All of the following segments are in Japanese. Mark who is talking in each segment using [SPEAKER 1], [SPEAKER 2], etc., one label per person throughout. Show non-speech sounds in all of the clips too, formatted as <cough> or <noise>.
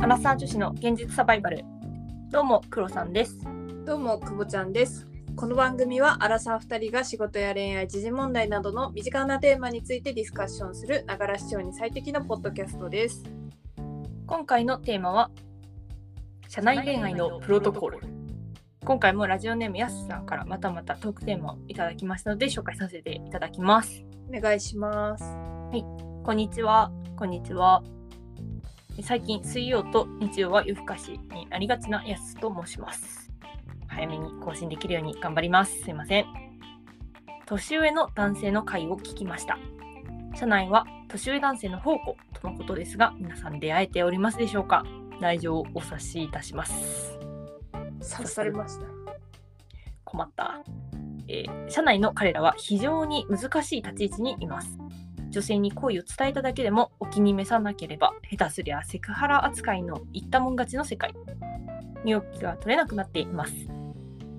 [SPEAKER 1] アラサー女子の現実サバイバルどうもクロさんです
[SPEAKER 2] どうも、くぼちゃんです。この番組は、アラサー2人が仕事や恋愛、時事問題などの身近なテーマについてディスカッションする、ながら視聴に最適なポッドキャストです。
[SPEAKER 1] 今回のテーマは社内恋愛のプロトコル今回もラジオネームやすさんからまたまたトークテーマをいただきましたので紹介させていただきます
[SPEAKER 2] お願いします。
[SPEAKER 1] こんにちはこんにちは最近水曜と日曜は夜更かしになりがちなやすと申します早めに更新できるように頑張りますすいません年上の男性の会を聞きました社内は年上男性の宝庫とのことですが皆さん出会えておりますでしょうか内情をお察しいたします
[SPEAKER 2] 刺されました。
[SPEAKER 1] 困った、えー社内の彼らは非常に難しい立ち位置にいます女性に好意を伝えただけでもお気に召さなければ下手すりゃセクハラ扱いの言ったもん勝ちの世界身動きが取れなくなっています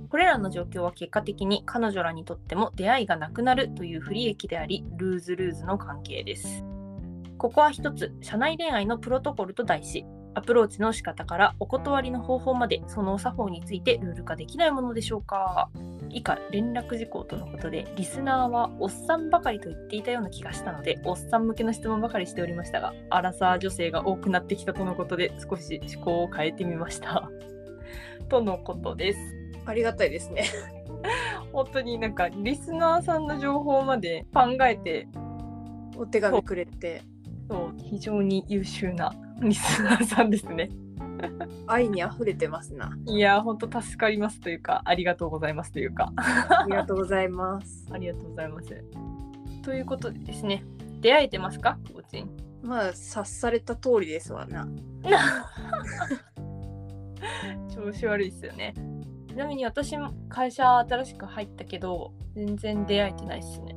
[SPEAKER 1] これらの状況は結果的に彼女らにとっても出会いがなくなるという不利益でありルーズルーズの関係ですここは一つ社内恋愛のプロトコルと題しアプローチの仕方からお断りの方法までそのお作法についてルール化できないものでしょうか以下連絡事項とのことでリスナーはおっさんばかりと言っていたような気がしたのでおっさん向けの質問ばかりしておりましたがアラサー女性が多くなってきたとのことで少し思考を変えてみました <laughs> とのことです
[SPEAKER 2] ありがたいですね。
[SPEAKER 1] 本当になんかリスナーさんの情報まで考えて
[SPEAKER 2] お手紙くれて、
[SPEAKER 1] そう非常に優秀なリスナーさんですね
[SPEAKER 2] 愛に溢れてますな。
[SPEAKER 1] いやー本当助かりますというかありがとうございますというか
[SPEAKER 2] ありがとうございます。 <laughs>
[SPEAKER 1] ありがとうございます。ということでですね、出会えてますか、くぼち <laughs> ん。
[SPEAKER 2] まあ、察された通りですわな。
[SPEAKER 1] 調子悪いですよね。ちなみに私も会社新しく入ったけど、全然出会えてないですね。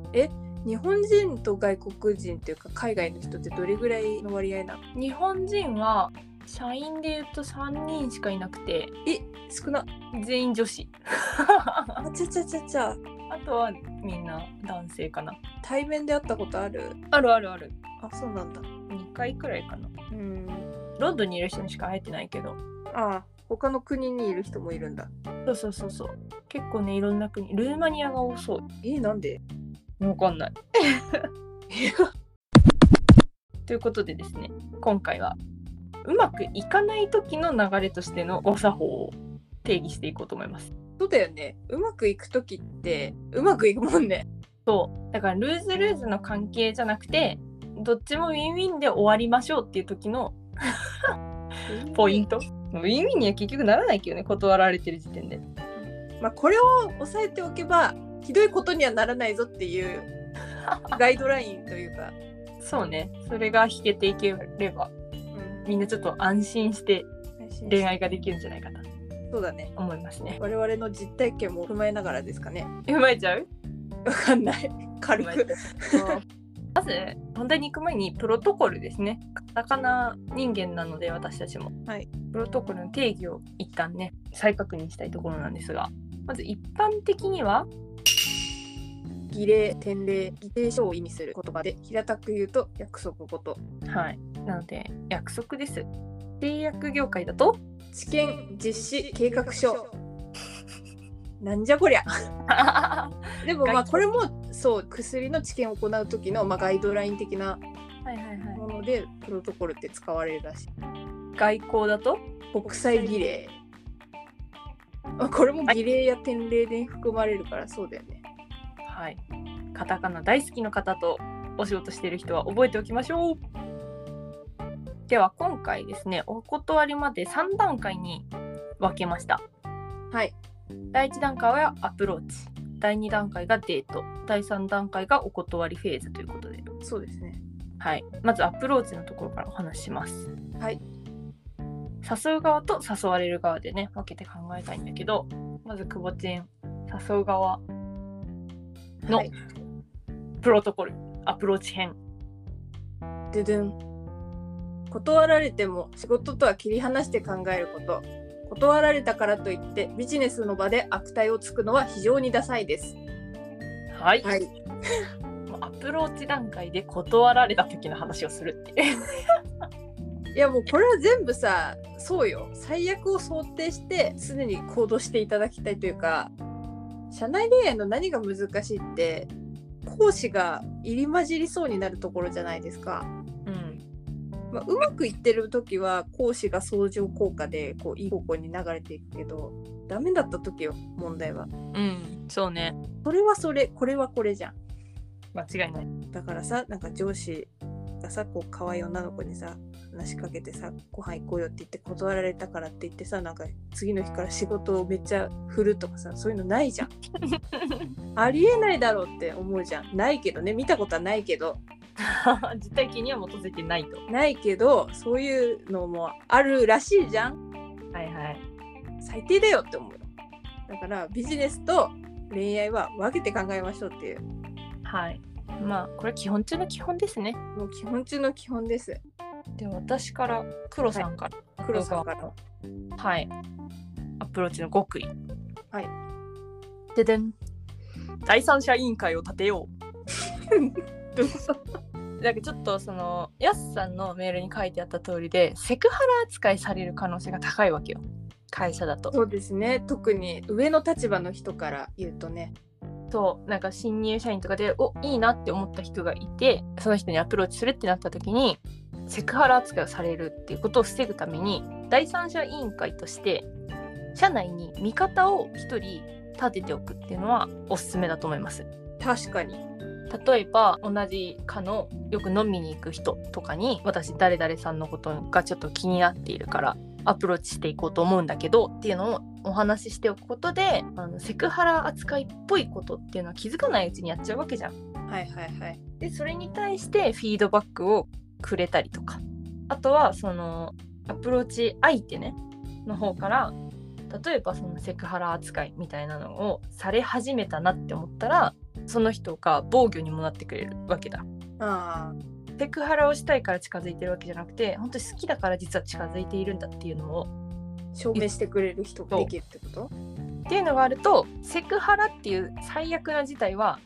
[SPEAKER 2] 日本人と外国人というか、海外の人ってどれぐらいの割合なの
[SPEAKER 1] 日本人は社員で言うと3人しかいなくて、
[SPEAKER 2] え、少な。
[SPEAKER 1] 全員女子。
[SPEAKER 2] あちゃちゃちゃちゃ。
[SPEAKER 1] あとはみんな男性かな。
[SPEAKER 2] 対面で会ったことある
[SPEAKER 1] あるあるある。
[SPEAKER 2] あ、そうなんだ。
[SPEAKER 1] 2回くらいかな。
[SPEAKER 2] うん。
[SPEAKER 1] ロンドンにいる人にしか会えてないけど。
[SPEAKER 2] ああ他の国にいる人もいるんだ。
[SPEAKER 1] そうそうそうそう。結構ね、いろんな国。ルーマニアが多そう。
[SPEAKER 2] え、なんで
[SPEAKER 1] わかんない。ということでですね、今回はうまくいかない時の流れとしてのお作法を定義していこうと思います。
[SPEAKER 2] <laughs> そうだよね。うまくいくときって、うまくいくもんね。
[SPEAKER 1] だからルーズルーズの関係じゃなくて、どっちもウィンウィンで終わりましょうっていう時のポイント。ウィンウィンには結局ならないけどね、断られてる時点で。
[SPEAKER 2] まあ、これを押さえておけば、ひどいことにはならないぞっていう <laughs> ガイドラインというか、
[SPEAKER 1] そうね、それが引けていければ、
[SPEAKER 2] う
[SPEAKER 1] みんなちょっと安心して
[SPEAKER 2] ん
[SPEAKER 1] 恋愛ができるんじゃないかと
[SPEAKER 2] そうだね。
[SPEAKER 1] 思いますね。
[SPEAKER 2] 我々の実体験も踏まえながらですかね。
[SPEAKER 1] うまいちゃう
[SPEAKER 2] わかん <laughs> ない。軽く。
[SPEAKER 1] まず本題に行く前にプロトコルですねカタカナ人間なので私たちも、
[SPEAKER 2] はい
[SPEAKER 1] プロトコルの定義を一旦ね再確認したいところなんですがまず一般的には
[SPEAKER 2] 儀礼、典礼、儀礼書を意味する言葉で、平たく言うと約束事。
[SPEAKER 1] はいなので約束です製薬業界だと
[SPEAKER 2] 知見、実施、計画書。なんじゃこりゃ。
[SPEAKER 1] <laughs> は
[SPEAKER 2] でもま
[SPEAKER 1] ガイ
[SPEAKER 2] あ
[SPEAKER 1] ド
[SPEAKER 2] これもそう薬の治験を行う時の、まあ、ガイドライン的ない
[SPEAKER 1] はいは
[SPEAKER 2] ものでプロトコルって使われるらしい
[SPEAKER 1] い外交だと
[SPEAKER 2] 国際儀礼あこれも儀礼や典礼で含まれるからそうだよね
[SPEAKER 1] はいカタカナ大好きの方とお仕事してる人は覚えておきましょうでは今回ですねお断りまで3段階に分けました
[SPEAKER 2] はい
[SPEAKER 1] 第1段階はアプローチ第2段階がデート第3段階がお断りフェーズということで、
[SPEAKER 2] そうですね
[SPEAKER 1] はい、まずアプローチのところからお話しします
[SPEAKER 2] はい
[SPEAKER 1] 誘う側と誘われる側でね分けて考えたいんだけどまず久保ちん誘う側の
[SPEAKER 2] はい
[SPEAKER 1] プロトコルアプローチ編
[SPEAKER 2] ドゥドゥン断られても仕事とは切り離して考えること断られたからといってビジネスの場で悪態をつくのは非常にダサいです
[SPEAKER 1] はい、
[SPEAKER 2] はい
[SPEAKER 1] もうアプローチ段階で断られた時の話をするっていう
[SPEAKER 2] いやもうこれは全部さそうよ最悪を想定して常に行動していただきたいというか社内恋愛の何が難しいって講師が入り混じりそうになるところじゃないですか。
[SPEAKER 1] うん
[SPEAKER 2] まあ、うまくいってる時は講師が相乗効果でこういい方向に流れていくけどダメだった時よ問題は。
[SPEAKER 1] うんそうね
[SPEAKER 2] それはそれこれはこれじゃん。
[SPEAKER 1] 間違い <laughs> ない
[SPEAKER 2] だからさなんか上司がさこう可愛い女の子にさ話しかけてさご飯行こうよって言って断られたからって言ってさなんか次の日から仕事をめっちゃ振るとかさそういうのないじゃんありえないだろうって思うじゃんないけどね見たことはないけど
[SPEAKER 1] 実体験には基づいてないと
[SPEAKER 2] ないけどそういうのもあるらしいじゃん
[SPEAKER 1] はいはい
[SPEAKER 2] 最低だよって思うよだからビジネスと恋愛は分けて考えましょうっていう
[SPEAKER 1] はいまあこれ基本中の基本ですね
[SPEAKER 2] もう基本中の基本です
[SPEAKER 1] で私から黒さんから
[SPEAKER 2] 黒さんから
[SPEAKER 1] はい、アプローチの極意
[SPEAKER 2] はい
[SPEAKER 1] ででん第三者委員会を立てよ
[SPEAKER 2] <laughs>
[SPEAKER 1] うなんかちょっとそのやすさんのメールに書いてあった通りでセクハラ扱いされる可能性が高いわけよ会社だと
[SPEAKER 2] そうですね特に上の立場の人から言うとね
[SPEAKER 1] そうなんか新入社員とかでおいいなって思った人がいてその人にアプローチするってなった時にセクハラ扱いをされるっていうことを防ぐために第三者委員会として社内に味方を1人立てておくっていうのはおすすめだと思います。
[SPEAKER 2] 確かに
[SPEAKER 1] 例えば同じ課のよく飲みに行く人とかに私誰々さんのことがちょっと気になっているからアプローチしていこうと思うんだけどっていうのをお話ししておくことであのセクハラ扱いっぽいことっていうのは気づかないうちにやっちゃうわけじゃん。
[SPEAKER 2] はいはいはい
[SPEAKER 1] でそれに対してフィードバックをくれたりとかあとはそのアプローチ相手ねの方から例えばそのセクハラ扱いみたいなのをされ始めたなって思ったらその人が防御にもなってくれるわけだ。
[SPEAKER 2] あ
[SPEAKER 1] セクハラをしたいから近づいてるわけじゃなくて本当に好きだから実は近づいているんだっていうのを
[SPEAKER 2] ー証明してくれる人ができるってこと
[SPEAKER 1] っていうのがあるとセクハラっていう最悪な事態は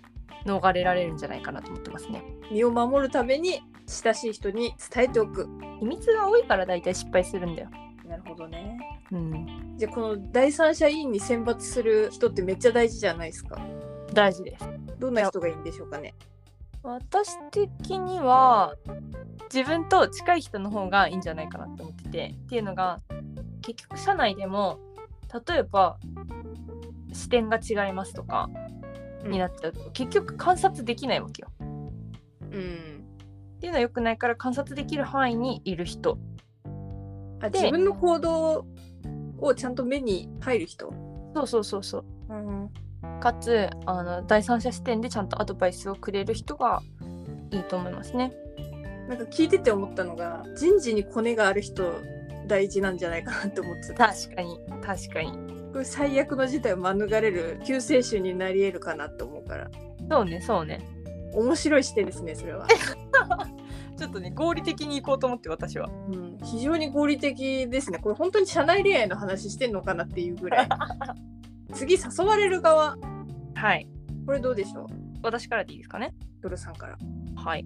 [SPEAKER 1] 逃れられるんじゃないかなと思ってますね
[SPEAKER 2] 身を守るために親しい人に伝えておく
[SPEAKER 1] 秘密が多いから大体失敗するんだよ
[SPEAKER 2] なるほどね
[SPEAKER 1] うん
[SPEAKER 2] じゃあこの第三者委員に選抜する人ってめっちゃ大事じゃないですか
[SPEAKER 1] 大事です
[SPEAKER 2] どんな人がいいんでしょうかね
[SPEAKER 1] 私的には自分と近い人の方がいいんじゃないかなって思っててっていうのが結局社内でも例えば視点が違いますとかになっちゃうと、結局観察できないわけよ
[SPEAKER 2] うん
[SPEAKER 1] っていうのは良くないから観察できる範囲にいる人
[SPEAKER 2] あ
[SPEAKER 1] で
[SPEAKER 2] 自分の行動をちゃんと目に入る人
[SPEAKER 1] そうそうそうそう
[SPEAKER 2] うん
[SPEAKER 1] かつあの第三者視点でちゃんとアドバイスをくれる人がいいと思いますね
[SPEAKER 2] なんか聞いてて思ったのが人事にコネがある人大事なんじゃないかなって思ってた
[SPEAKER 1] 確かに確かに
[SPEAKER 2] これ最悪の事態を免れる救世主になり得るかなと思うから
[SPEAKER 1] そうねそうね
[SPEAKER 2] 面白い視点ですねそれは、
[SPEAKER 1] ちょっとね合理的に行こうと思って私は
[SPEAKER 2] うん、非常に合理的ですねこれ本当に社内恋愛の話してんのかなっていうぐらい次誘われる側
[SPEAKER 1] はい
[SPEAKER 2] これどうでしょう
[SPEAKER 1] 私からでいいですかね
[SPEAKER 2] ドルさんから
[SPEAKER 1] はい、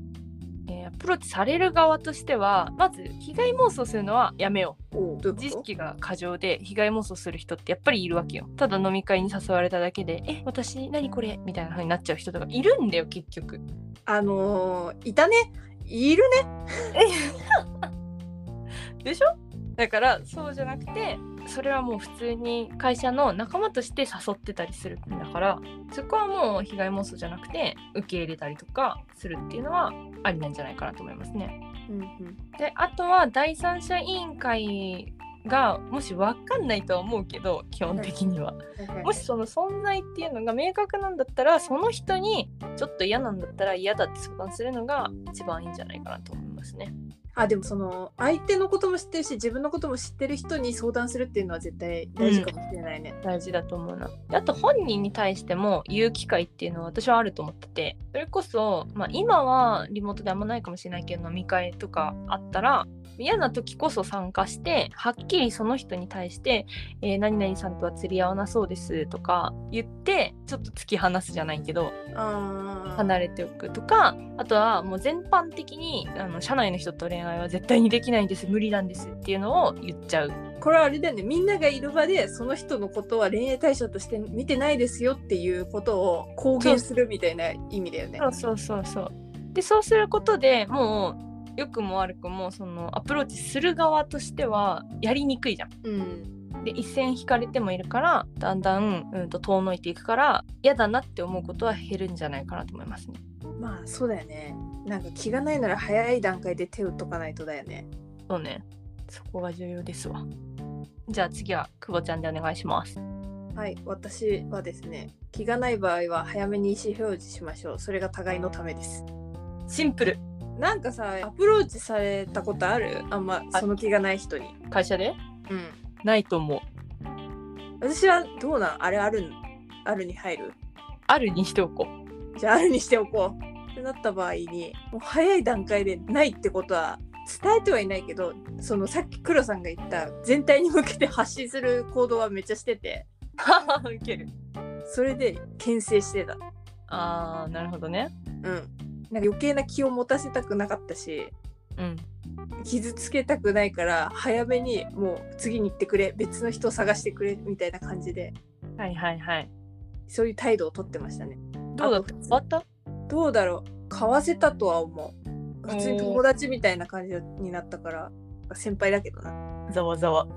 [SPEAKER 1] えーアプローチされる側としてはまず被害妄想するのはやめよう
[SPEAKER 2] おうどう
[SPEAKER 1] 自
[SPEAKER 2] い
[SPEAKER 1] 意
[SPEAKER 2] うこと
[SPEAKER 1] 識が過剰で被害妄想する人ってやっぱりいるわけよただ飲み会に誘われただけで「え私何これ?」みたいな風になっちゃう人とかいるんだよ結局
[SPEAKER 2] あのーいたねいるね
[SPEAKER 1] でしょだからそうじゃなくてそれはもう普通に会社の仲間として誘ってたりするんだからそこはもう被害妄想じゃなくて受け入れたりとかするっていうのはありなんじゃないかなと思いますね。
[SPEAKER 2] うんうん
[SPEAKER 1] であとは第三者委員会がもし分かんないとは思うけど基本的には
[SPEAKER 2] はいは
[SPEAKER 1] も
[SPEAKER 2] い
[SPEAKER 1] しその存在っていうのが明確なんだったらその人にちょっと嫌なんだったら嫌だって相談するのが一番いいんじゃないかなと思いますね。
[SPEAKER 2] あでもその相手のことも知ってるし自分のことも知ってる人に相談するっていうのは絶対大事かもしれないね、
[SPEAKER 1] 大事だと思うなであと本人に対しても言う機会っていうのは私はあると思っててそれこそ、まあ、今はリモートであんまないかもしれないけど飲み会とかあったら嫌な時こそ参加してはっきりその人に対して「えー何々さんとは釣り合わなそうです」とか言ってちょっと突き放すじゃないけど
[SPEAKER 2] あー
[SPEAKER 1] 離れておくとかあとはもう全般的にあの社内の人と恋愛は絶対にできないんです無理なんですっていうのを言っちゃう
[SPEAKER 2] これはあれだよねみんながいる場でその人のことは恋愛対象として見てないですよっていうことを公言するみたいな意味だよね。
[SPEAKER 1] そうそうそうそうでそうすることでもう良くも悪くもそのアプローチする側としてはやりにくいじゃん。
[SPEAKER 2] うん、
[SPEAKER 1] で一線引かれてもいるからだんだん、うん、と遠のいていくから嫌だなって思うことは減るんじゃないかなと思いますね。
[SPEAKER 2] まあそうだよね。なんか気がないなら早い段階で手を解かないとだよね。
[SPEAKER 1] そうねそこが重要ですわ。じゃあ次は久保ちゃんでお願いします。
[SPEAKER 2] はい私はですね気がない場合は早めに意思表示しましょうそれが互いのためです。
[SPEAKER 1] シンプル
[SPEAKER 2] なんかさアプローチされたことあるあんまその気がない人に。
[SPEAKER 1] 会社で
[SPEAKER 2] うん、
[SPEAKER 1] ないと思う。
[SPEAKER 2] 私はどうなんあれあるんあるに入る
[SPEAKER 1] あるにしておこ
[SPEAKER 2] じゃああるにしておこうってなった場合にもう早い段階でないってことは伝えてはいないけどそのさっき黒さんが言った全体に向けて発信する行動はめっちゃしてて
[SPEAKER 1] う。 <laughs> ウケる。
[SPEAKER 2] それで牽制してた
[SPEAKER 1] あーなるほどね。
[SPEAKER 2] うんなんか余計な気を持たせたくなかったし
[SPEAKER 1] うん。
[SPEAKER 2] 傷つけたくないから早めにもう次に行ってくれ別の人を探してくれみたいな感じで
[SPEAKER 1] はいはいはい。
[SPEAKER 2] そういう態度をとってましたね
[SPEAKER 1] どうだった
[SPEAKER 2] あと
[SPEAKER 1] 終わった
[SPEAKER 2] どうだろう買わせたとは思う普通に友達みたいな感じになったから先輩だけどな
[SPEAKER 1] ざわざわ。
[SPEAKER 2] <laughs>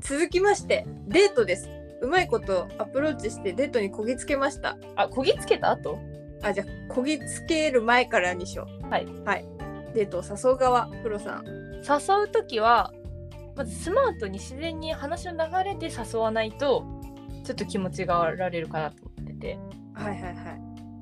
[SPEAKER 2] 続きましてデートですうまいことアプローチしてデートにこぎつけました
[SPEAKER 1] あ、こぎつけた後
[SPEAKER 2] あじゃあこぎつける前からにしよう
[SPEAKER 1] はい、
[SPEAKER 2] はい、デートを誘う側プロさん
[SPEAKER 1] 誘う時はまずスマートに自然に話の流れで誘わないとちょっと気持ちがられるかなと思ってて
[SPEAKER 2] はいはいはい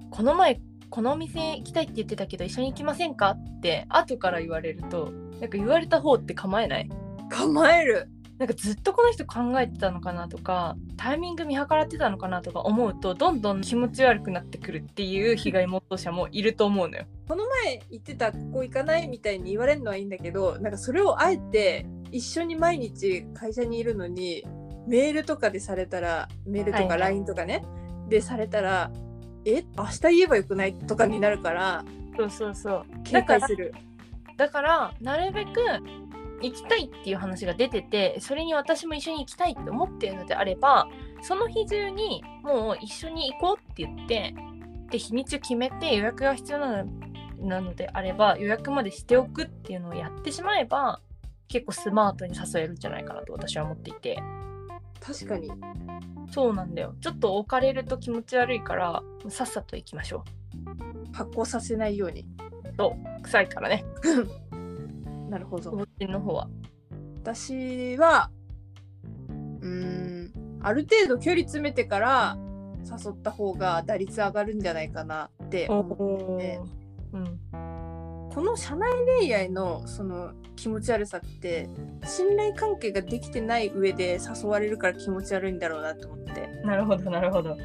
[SPEAKER 1] この前このお店行きたいって言ってたけど一緒に行きませんかって後から言われるとなんか言われた方って構えない
[SPEAKER 2] 構える
[SPEAKER 1] なんかずっとこの人考えてたのかなとかタイミング見計らってたのかなとか思うとどんどん気持ち悪くなってくるっていう被害妄想者もいると思うのよ。
[SPEAKER 2] この前言ってたここ行かないみたいに言われるのはいいんだけどなんかそれをあえて一緒に毎日会社にいるのにメールとかでされたらメールと
[SPEAKER 1] はいは
[SPEAKER 2] か
[SPEAKER 1] い
[SPEAKER 2] LINE とかね、でされたらえ明日言えばよくないとかになるから
[SPEAKER 1] そうそうそう
[SPEAKER 2] 警戒する
[SPEAKER 1] だからなるべく行きたいっていう話が出ててそれに私も一緒に行きたいって思ってるのであればその日中にもう一緒に行こうって言ってで日にちを決めて予約が必要なのなのであれば予約までしておくっていうのをやってしまえば結構スマートに誘えるんじゃないかなと私は思っていて
[SPEAKER 2] 確かに
[SPEAKER 1] そうなんだよちょっと置かれると気持ち悪いからさっさと行きましょ
[SPEAKER 2] 発行させないように
[SPEAKER 1] う臭いからね
[SPEAKER 2] なるほど
[SPEAKER 1] お持ちの方は
[SPEAKER 2] 私はうーんある程度距離詰めてから誘った方が打率上がるんじゃないかなって思うね
[SPEAKER 1] うん
[SPEAKER 2] この社内恋愛のその気持ち悪さって信頼関係ができてない上で誘われるから気持ち悪いんだろうなって思って
[SPEAKER 1] なるほどなるほど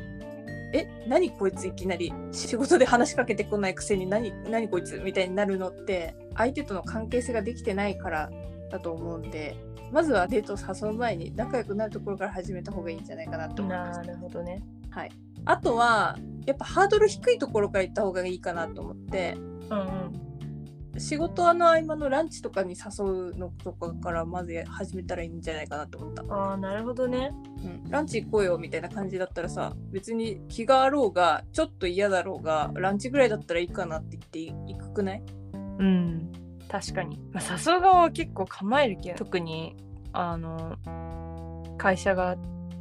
[SPEAKER 2] え何こいついきなり仕事で話しかけてこないくせに何何こいつみたいになるのって相手との関係性ができてないからだと思うんでまずはデートを誘う前に仲良くなるところから始めた方がいいんじゃないかなと思います
[SPEAKER 1] なるほどね
[SPEAKER 2] あとはやっぱハードル低いところから行った方がいいかなと思って
[SPEAKER 1] うんうん
[SPEAKER 2] 仕事の合間のランチとかに誘うのとかからまず始めたらいいんじゃないかなと思った、
[SPEAKER 1] ああなるほどね
[SPEAKER 2] うん、ランチ行こうよみたいな感じだったらさ別に気があろうがちょっと嫌だろうがランチぐらいだったらいいかなって言っていくくない
[SPEAKER 1] うん確かに、まあ、誘う側は結構構えるけど特にあの会社が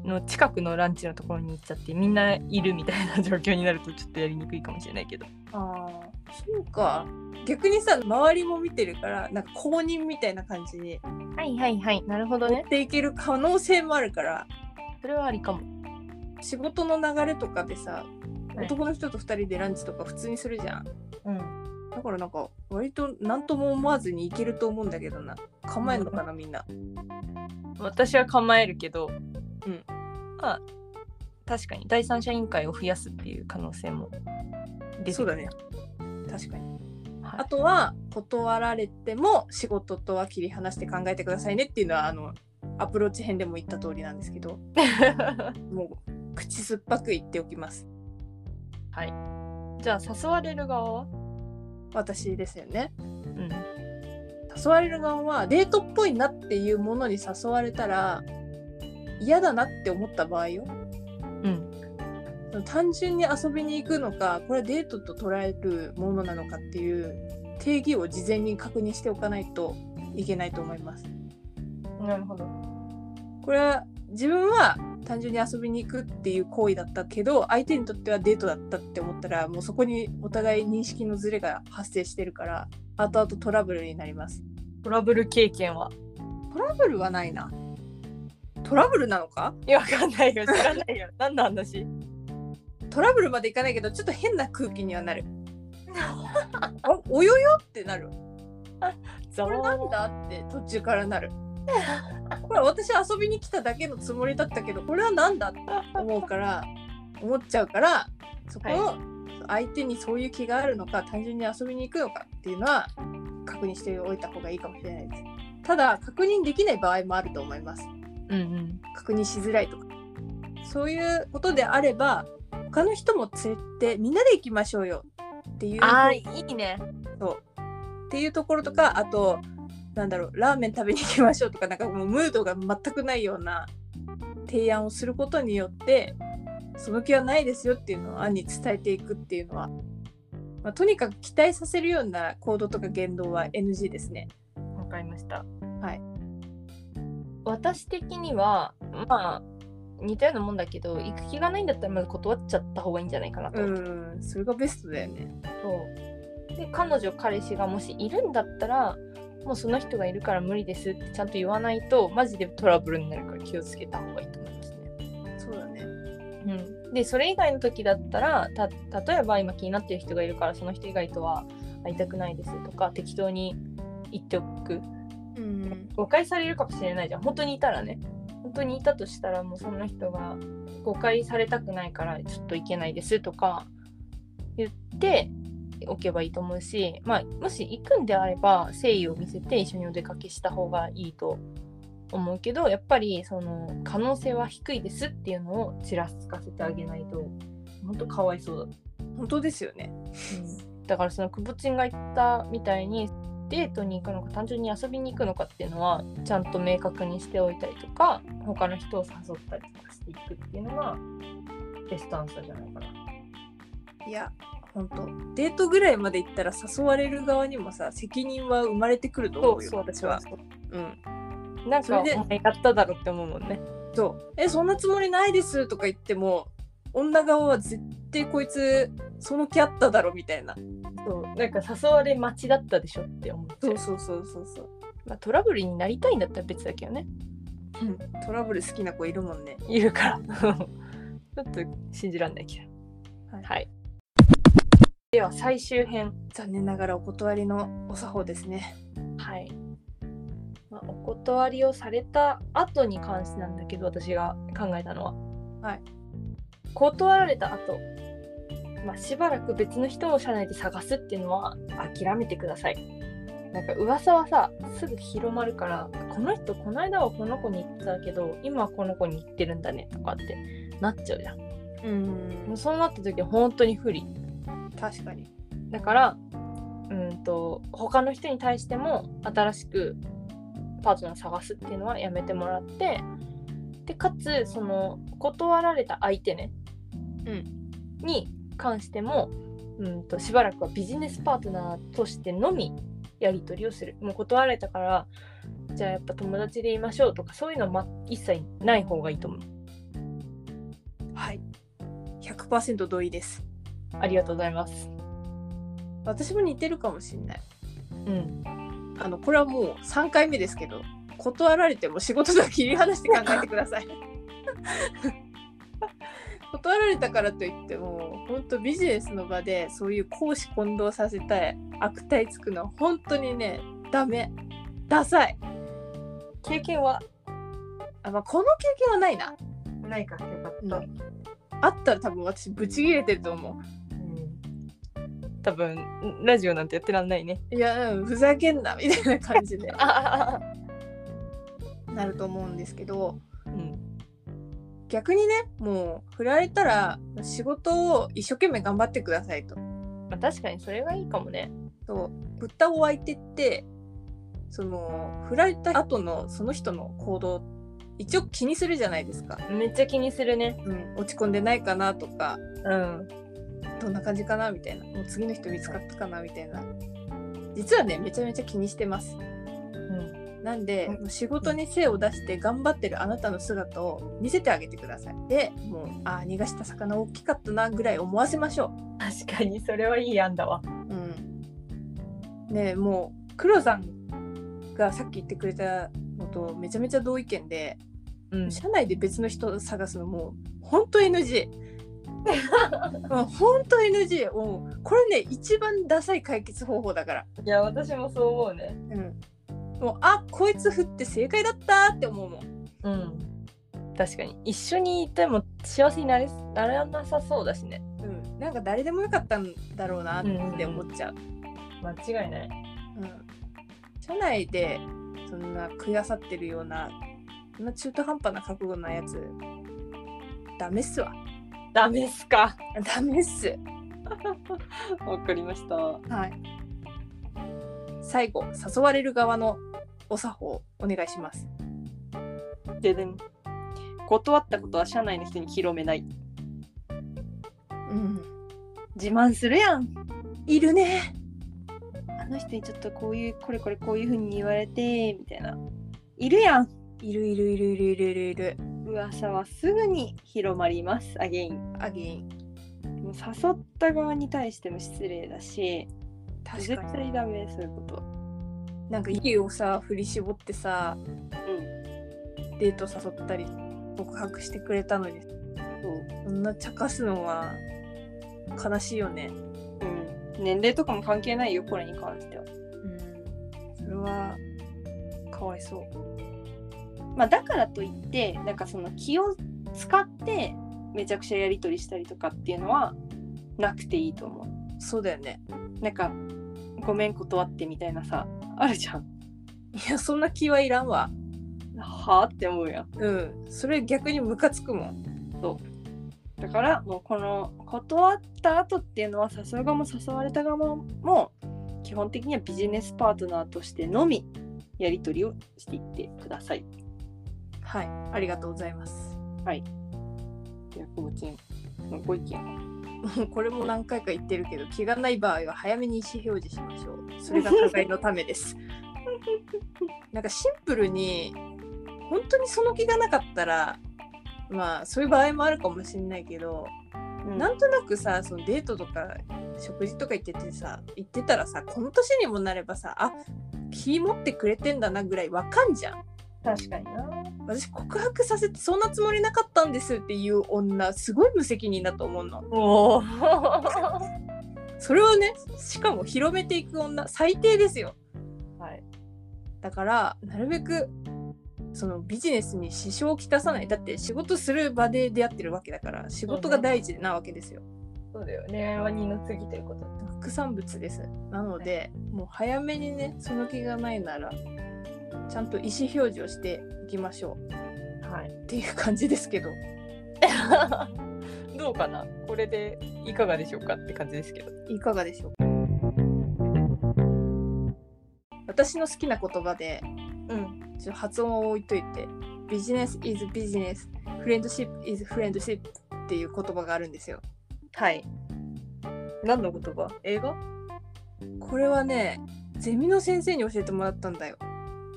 [SPEAKER 1] の近くのランチのところに行っちゃってみんないるみたい <laughs> な状況になるとちょっとやりにくいかもしれないけど
[SPEAKER 2] あそうか逆にさ周りも見てるからなんか公認みたいな感じに
[SPEAKER 1] はいはいはいなるほど
[SPEAKER 2] 持っていける可能性もあるから
[SPEAKER 1] それはありかも
[SPEAKER 2] 仕事の流れとかでさ
[SPEAKER 1] はい
[SPEAKER 2] 男の人と2人でランチとか普通にするじゃん
[SPEAKER 1] うん
[SPEAKER 2] だからなんか割と何とも思わずに行けると思うんだけどな構えるのかなみんな
[SPEAKER 1] 私は構えるけど
[SPEAKER 2] うん
[SPEAKER 1] まあ確かに第三者委員会を増やすっていう可能性も出てくる
[SPEAKER 2] そうだね確かに
[SPEAKER 1] はい
[SPEAKER 2] あとは断られても仕事とは切り離して考えてくださいねっていうのはあのアプローチ編でも言った通りなんですけどもう口酸っぱく言っておきます
[SPEAKER 1] <laughs> じゃあ誘われる側は
[SPEAKER 2] 私ですよね
[SPEAKER 1] うん
[SPEAKER 2] 誘われる側はデートっぽいなっていうものに誘われたら嫌だなって思った場合よ
[SPEAKER 1] うん
[SPEAKER 2] 単純に遊びに行くのかこれはデートと捉えるものなのかっていう定義を事前に確認しておかないといけないと思います。
[SPEAKER 1] なるほど
[SPEAKER 2] これは自分は単純に遊びに行くっていう行為だったけど相手にとってはデートだったって思ったらもうそこにお互い認識のズレが発生してるから後々トラブルになります。
[SPEAKER 1] トラブル経験は
[SPEAKER 2] トラブルはないな。トラブルなのか
[SPEAKER 1] いやわかんないよ知らないよ何の話
[SPEAKER 2] トラブルまでいかないけどちょっと変な空気には <laughs> なる。あおよよってなる。
[SPEAKER 1] ざ
[SPEAKER 2] これ
[SPEAKER 1] わ
[SPEAKER 2] なんだって途中からなる。これ私遊びに来ただけのつもりだったけどこれはなんだって思うから思っちゃうからそこを相手にそういう気があるのか単純に遊びに行くのかっていうのは確認しておいた方がいいかもしれないです。ただ確認できない場合もあると思います。
[SPEAKER 1] うんうん
[SPEAKER 2] 確認しづらいとかそういうことであれば他の人も連れてみんなで行きましょうよっていう
[SPEAKER 1] あー
[SPEAKER 2] っ
[SPEAKER 1] いいね
[SPEAKER 2] ていうところとかあとなんだろうラーメン食べに行きましょうとかなんかもうムードが全くないような提案をすることによってその気はないですよっていうのを案に伝えていくっていうのは、まあ、とにかく期待させるような行動とか言動は NG ですね。
[SPEAKER 1] わかりました
[SPEAKER 2] はい
[SPEAKER 1] 私的にはまあ似たようなもんだけど行く気がないんだったらまず断っちゃった方がいいんじゃないかなと、
[SPEAKER 2] うんそれがベストだよね。
[SPEAKER 1] そうで彼女彼氏がもしいるんだったらもうその人がいるから無理ですってちゃんと言わないとマジでトラブルになるから気をつけた方がいいと思いますね。
[SPEAKER 2] そうだね。
[SPEAKER 1] うん、でそれ以外の時だったらた例えば今気になってる人がいるからその人以外とは会いたくないですとか適当に言っておく
[SPEAKER 2] うん。
[SPEAKER 1] 誤解されるかもしれないじゃん本当にいたらね本当にいたとしたらもうその人が誤解されたくないからちょっといけないですとか言っておけばいいと思うし、まあ、もし行くんであれば誠意を見せて一緒にお出かけした方がいいと思うけどやっぱりその可能性は低いですっていうのをちらつかせてあげないと本当かわいそうだ
[SPEAKER 2] 本当ですよね。
[SPEAKER 1] だからそのくぼちんが言ったみたいにデートに行くのか単純に遊びに行くのかっていうのはちゃんと明確にしておいたりとか他の人を誘ったりとかしていくっていうのがベストアンサーじゃないかな。
[SPEAKER 2] いや本当デートぐらいまで行ったら誘われる側にもさ責任は生まれてくると思うよ私はうん
[SPEAKER 1] なん
[SPEAKER 2] それ
[SPEAKER 1] か
[SPEAKER 2] で
[SPEAKER 1] お前やっただろって思うもんね。
[SPEAKER 2] そうえそんなつもりないですとか言っても女側は絶対こいつその気あっただろみたいな
[SPEAKER 1] そうなんか誘われ待ちだったでしょって思って、
[SPEAKER 2] そうそうそうそう、
[SPEAKER 1] まあ、トラブルになりたいんだったら別だけどね
[SPEAKER 2] うん、トラブル好きな子いるもんね
[SPEAKER 1] いるから <laughs> ちょっと信じらんないけど
[SPEAKER 2] はい
[SPEAKER 1] はい、では最終編
[SPEAKER 2] 残念ながらお断りのお作法ですね
[SPEAKER 1] はい、まあ、お断りをされた後に関してなんだけど私が考えたのは、
[SPEAKER 2] はい、
[SPEAKER 1] 断られた後、まあしばらく別の人を社内で探すっていうのは諦めてくださいなんか噂はさすぐ広まるからこの人この間はこの子に言ってたけど今はこの子に言ってるんだねとかってなっちゃうじゃん
[SPEAKER 2] う
[SPEAKER 1] もうんそうなった時は本当に不利
[SPEAKER 2] 確かに
[SPEAKER 1] だからうんと他の人に対しても新しくパートナー探すっていうのはやめてもらってでかつその断られた相手ね、
[SPEAKER 2] うん
[SPEAKER 1] に関しても、うん、としばらくはビジネスパートナーとしてのみやり取りをするもう断られたからじゃあやっぱ友達でいましょうとかそういうのは、ま、一切ない方がいいと思う
[SPEAKER 2] はい100%同意です
[SPEAKER 1] ありがとうございます
[SPEAKER 2] 私も似てるかもしんない
[SPEAKER 1] うん
[SPEAKER 2] あのこれはもう3回目ですけど断られても仕事とは切り離して考えてください <laughs> 断られたからといっても本当ビジネスの場でそういう公私混同させたい悪態つくのは本当にねダメダサい
[SPEAKER 1] 経験は
[SPEAKER 2] あ、まあ、この経験はないな
[SPEAKER 1] ないからよかっ
[SPEAKER 2] うんあったら多分私ブチ切れてると思
[SPEAKER 1] うん多分ラジオなんてやってらんないね。
[SPEAKER 2] ういや、うん、ふざけんなみたいな感じで
[SPEAKER 1] ああああ
[SPEAKER 2] なると思うんですけど、
[SPEAKER 1] うん
[SPEAKER 2] 逆にねもう振られたら仕事を一生懸命頑張ってくださいと
[SPEAKER 1] まあ、確かにそれがいいかもね。
[SPEAKER 2] そうぶったを湧いてってその振られた後のその人の行動一応気にするじゃないですか、
[SPEAKER 1] めっちゃ気にするね。
[SPEAKER 2] うん、落ち込んでないかなとか
[SPEAKER 1] うん。
[SPEAKER 2] どんな感じかなみたいなもう次の人見つかったかなみたいな実はねめちゃめちゃ気にしてます
[SPEAKER 1] うん、
[SPEAKER 2] なんで
[SPEAKER 1] う
[SPEAKER 2] 仕事に精を出して頑張ってるあなたの姿を見せてあげてくださいでもうあー逃がした魚大きかったなぐらい思わせましょう
[SPEAKER 1] 確かにそれはいい案だわ。
[SPEAKER 2] うん、ねえもう黒さんがさっき言ってくれたのとめちゃめちゃ同意見で、
[SPEAKER 1] うん
[SPEAKER 2] 社内で別の人探すのもうほんと
[SPEAKER 1] <laughs>
[SPEAKER 2] NG もうほんと NG もうこれね一番ダサい解決方法だから、
[SPEAKER 1] いや私もそう思うね。
[SPEAKER 2] うん、もうあこいつ振って正解だったって思うもん
[SPEAKER 1] うん。確かに一緒にいても幸せになれならなさそうだしね。
[SPEAKER 2] うん、なんか誰でもよかったんだろうなって思っちゃう、
[SPEAKER 1] 間違いない。
[SPEAKER 2] うん社内でそんな食いあさってるようなそんな中途半端な覚悟なやつダメっすわ <laughs>
[SPEAKER 1] ダメっすか。
[SPEAKER 2] ダメっす
[SPEAKER 1] わかりました。
[SPEAKER 2] はい最後誘われる側のお作法お願いします
[SPEAKER 1] ででん断ったことは社内の人に広めない。
[SPEAKER 2] うん
[SPEAKER 1] 自慢するやん。
[SPEAKER 2] いるね
[SPEAKER 1] あの人にちょっとこういうこれこれこういうふうに言われてみたいな。いるやん。
[SPEAKER 2] いるいるいるいるいるいるいる
[SPEAKER 1] 噂はすぐに広まります。アゲイン。
[SPEAKER 2] アゲイン
[SPEAKER 1] もう誘った側に対しても失礼だし、
[SPEAKER 2] 確
[SPEAKER 1] 絶
[SPEAKER 2] かに
[SPEAKER 1] 対ダメそういうことは。
[SPEAKER 2] なんか息をさ振り絞ってさ
[SPEAKER 1] うん。
[SPEAKER 2] デート誘ったり告白してくれたのに
[SPEAKER 1] そ
[SPEAKER 2] そんな茶化すのは悲しいよね
[SPEAKER 1] う。うん。年齢とかも関係ないよこれに関しては。
[SPEAKER 2] うん、それはかわいそう。
[SPEAKER 1] まあだからといってなんかその気を使ってめちゃくちゃやり取りしたりとかっていうのはなくていいと思う。
[SPEAKER 2] そうだよね。
[SPEAKER 1] なんかごめん断ってみたいなさあるじゃん。
[SPEAKER 2] いやそんな気はいらんわ。
[SPEAKER 1] はあって思うやん。
[SPEAKER 2] うん。それ逆にムカつくもん。
[SPEAKER 1] だからもうこの断った後っていうのは誘う側も誘われた側も基本的にはビジネスパートナーとしてのみやり取りをしていってください。
[SPEAKER 2] はい。ありがとうございます。 <laughs>
[SPEAKER 1] では、こむちんのご意見は
[SPEAKER 2] もうこれも何回か言ってるけど気がない場合は早めに意思表示しましょう。それが互いのためです。なんかシンプルに本当にその気がなかったらまあそういう場合もあるかもしれないけどなんとなくさそのデートとか食事とか行っててさ行ってたらさこの年にもなればさあ気持ってくれてんだなぐらいわかんじゃん
[SPEAKER 1] 確かにな。 <laughs>
[SPEAKER 2] 私告白させてそんなつもりなかったんですっていう女すごい無責任だと思うの
[SPEAKER 1] おお。
[SPEAKER 2] それをねしかも広めていく女最低ですよ
[SPEAKER 1] はい。
[SPEAKER 2] だからなるべくそのビジネスに支障をきたさないだって仕事する場で出会ってるわけだから仕事が大事なわけですよ
[SPEAKER 1] そうだよ <laughs> ね。は二の次ということ。
[SPEAKER 2] 副産物ですなので、もう早めにねその気がないならちゃんと意思表示をしていきましょ
[SPEAKER 1] はい。
[SPEAKER 2] うっていう感じですけど
[SPEAKER 1] どうかな。これでいかがでしょうかって感じですけど。
[SPEAKER 2] いかがでしょうか私の好きな言葉で
[SPEAKER 1] うん。
[SPEAKER 2] ちょっと発音を置いといてビジネス is business フレンドシップ is フレンドシップっていう言葉があるんですよ
[SPEAKER 1] はい。何の言葉？映 <laughs> 画？
[SPEAKER 2] これはねゼミの先生に教えてもらったんだよ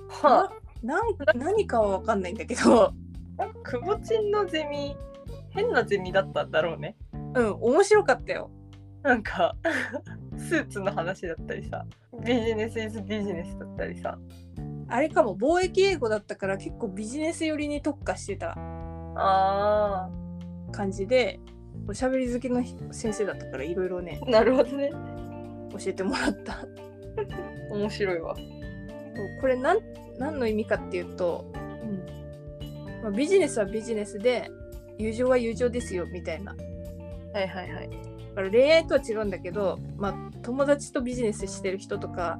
[SPEAKER 1] は
[SPEAKER 2] なん何かは分かんないんだけど
[SPEAKER 1] あ。なんかくぼちんのゼミ変なゼミだったんだろうね。
[SPEAKER 2] うん面白かったよ
[SPEAKER 1] なんか <laughs> スーツの話だったりさ、ビジネスイズビジネスだったりさ。
[SPEAKER 2] あれかも貿易英語だったから結構ビジネス寄りに特化してた
[SPEAKER 1] あ
[SPEAKER 2] 感じでおしゃべり好きの先生だったからいろいろね
[SPEAKER 1] あ。なるほどね。
[SPEAKER 2] 教えてもらった <laughs> も
[SPEAKER 1] 面白いわ。
[SPEAKER 2] うこれなん何の意味かっていうと、まあ、ビジネスはビジネスで友情は友情ですよみたいなだ
[SPEAKER 1] はいはいはい。
[SPEAKER 2] から恋愛とは違うんだけど、まあ、友達とビジネスしてる人とか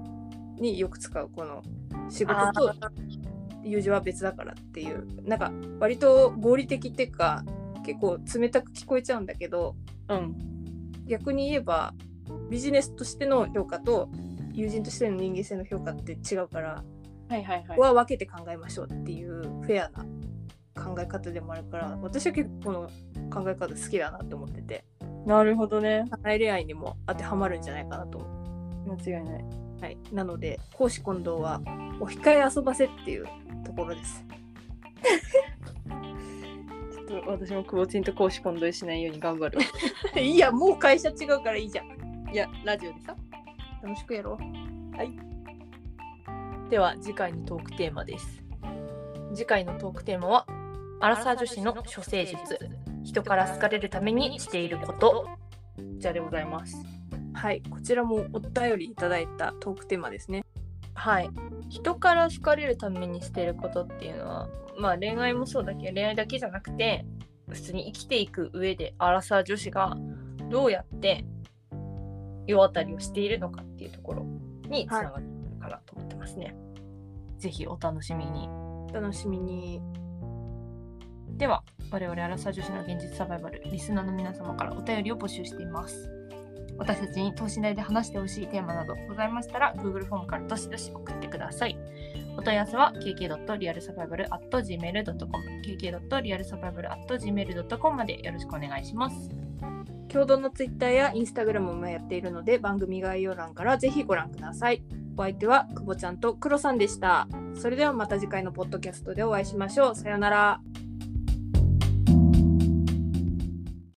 [SPEAKER 2] によく使うこの仕事と友情は別だからっていうなんか割と合理的っていうか結構冷たく聞こえちゃうんだけど
[SPEAKER 1] うん
[SPEAKER 2] 逆に言えばビジネスとしての評価と友人としての人間性の評価って違うから
[SPEAKER 1] はいはいは
[SPEAKER 2] ここは分けて考えましょうっていうフェアな考え方でもあるから私は結構この考え方好きだなって思ってて
[SPEAKER 1] いなるほどね
[SPEAKER 2] 社内恋愛にも当てはまるんじゃないかなと思う
[SPEAKER 1] 間違いない
[SPEAKER 2] はい、なので講師近藤はお控え遊ばせっていうところです。
[SPEAKER 1] ちょっと私もくぼちんと講師混同しないように頑張る
[SPEAKER 2] <laughs> いやもう会社違うからいいじゃん。
[SPEAKER 1] <laughs> いやラジオでさ
[SPEAKER 2] 楽しくやろう。
[SPEAKER 1] では次回のトークテーマです次回のトークテーマはアラサー女子の処世術人から好かれるためにしていることじゃでございます
[SPEAKER 2] はい、こちらもお便りいただいたトークテーマですね。
[SPEAKER 1] はい人から好かれるためにしていることっていうのはまあ恋愛もそうだけど恋愛だけじゃなくて普通に生きていく上でアラサー女子がどうやって世渡りをしているのかっていうところにつながってくるかなと思ってますね、ぜひお楽しみに
[SPEAKER 2] お楽しみに。
[SPEAKER 1] では我々アラサー女子の現実サバイバルリスナーの皆様からお便りを募集しています私たちに等身大で話してほしいテーマなどございましたら Google フォームからどしどし送ってくださいお問い合わせは kk.realsurvival.gmail.com kk.realsurvival.gmail.com までよろしくお願いします
[SPEAKER 2] 共同のツイッターやインスタグラムもやっているので番組概要欄からぜひご覧ください。お相手は久保ちゃんとクロさんでした。それではまた次回のポッドキャストでお会いしましょう。さようなら。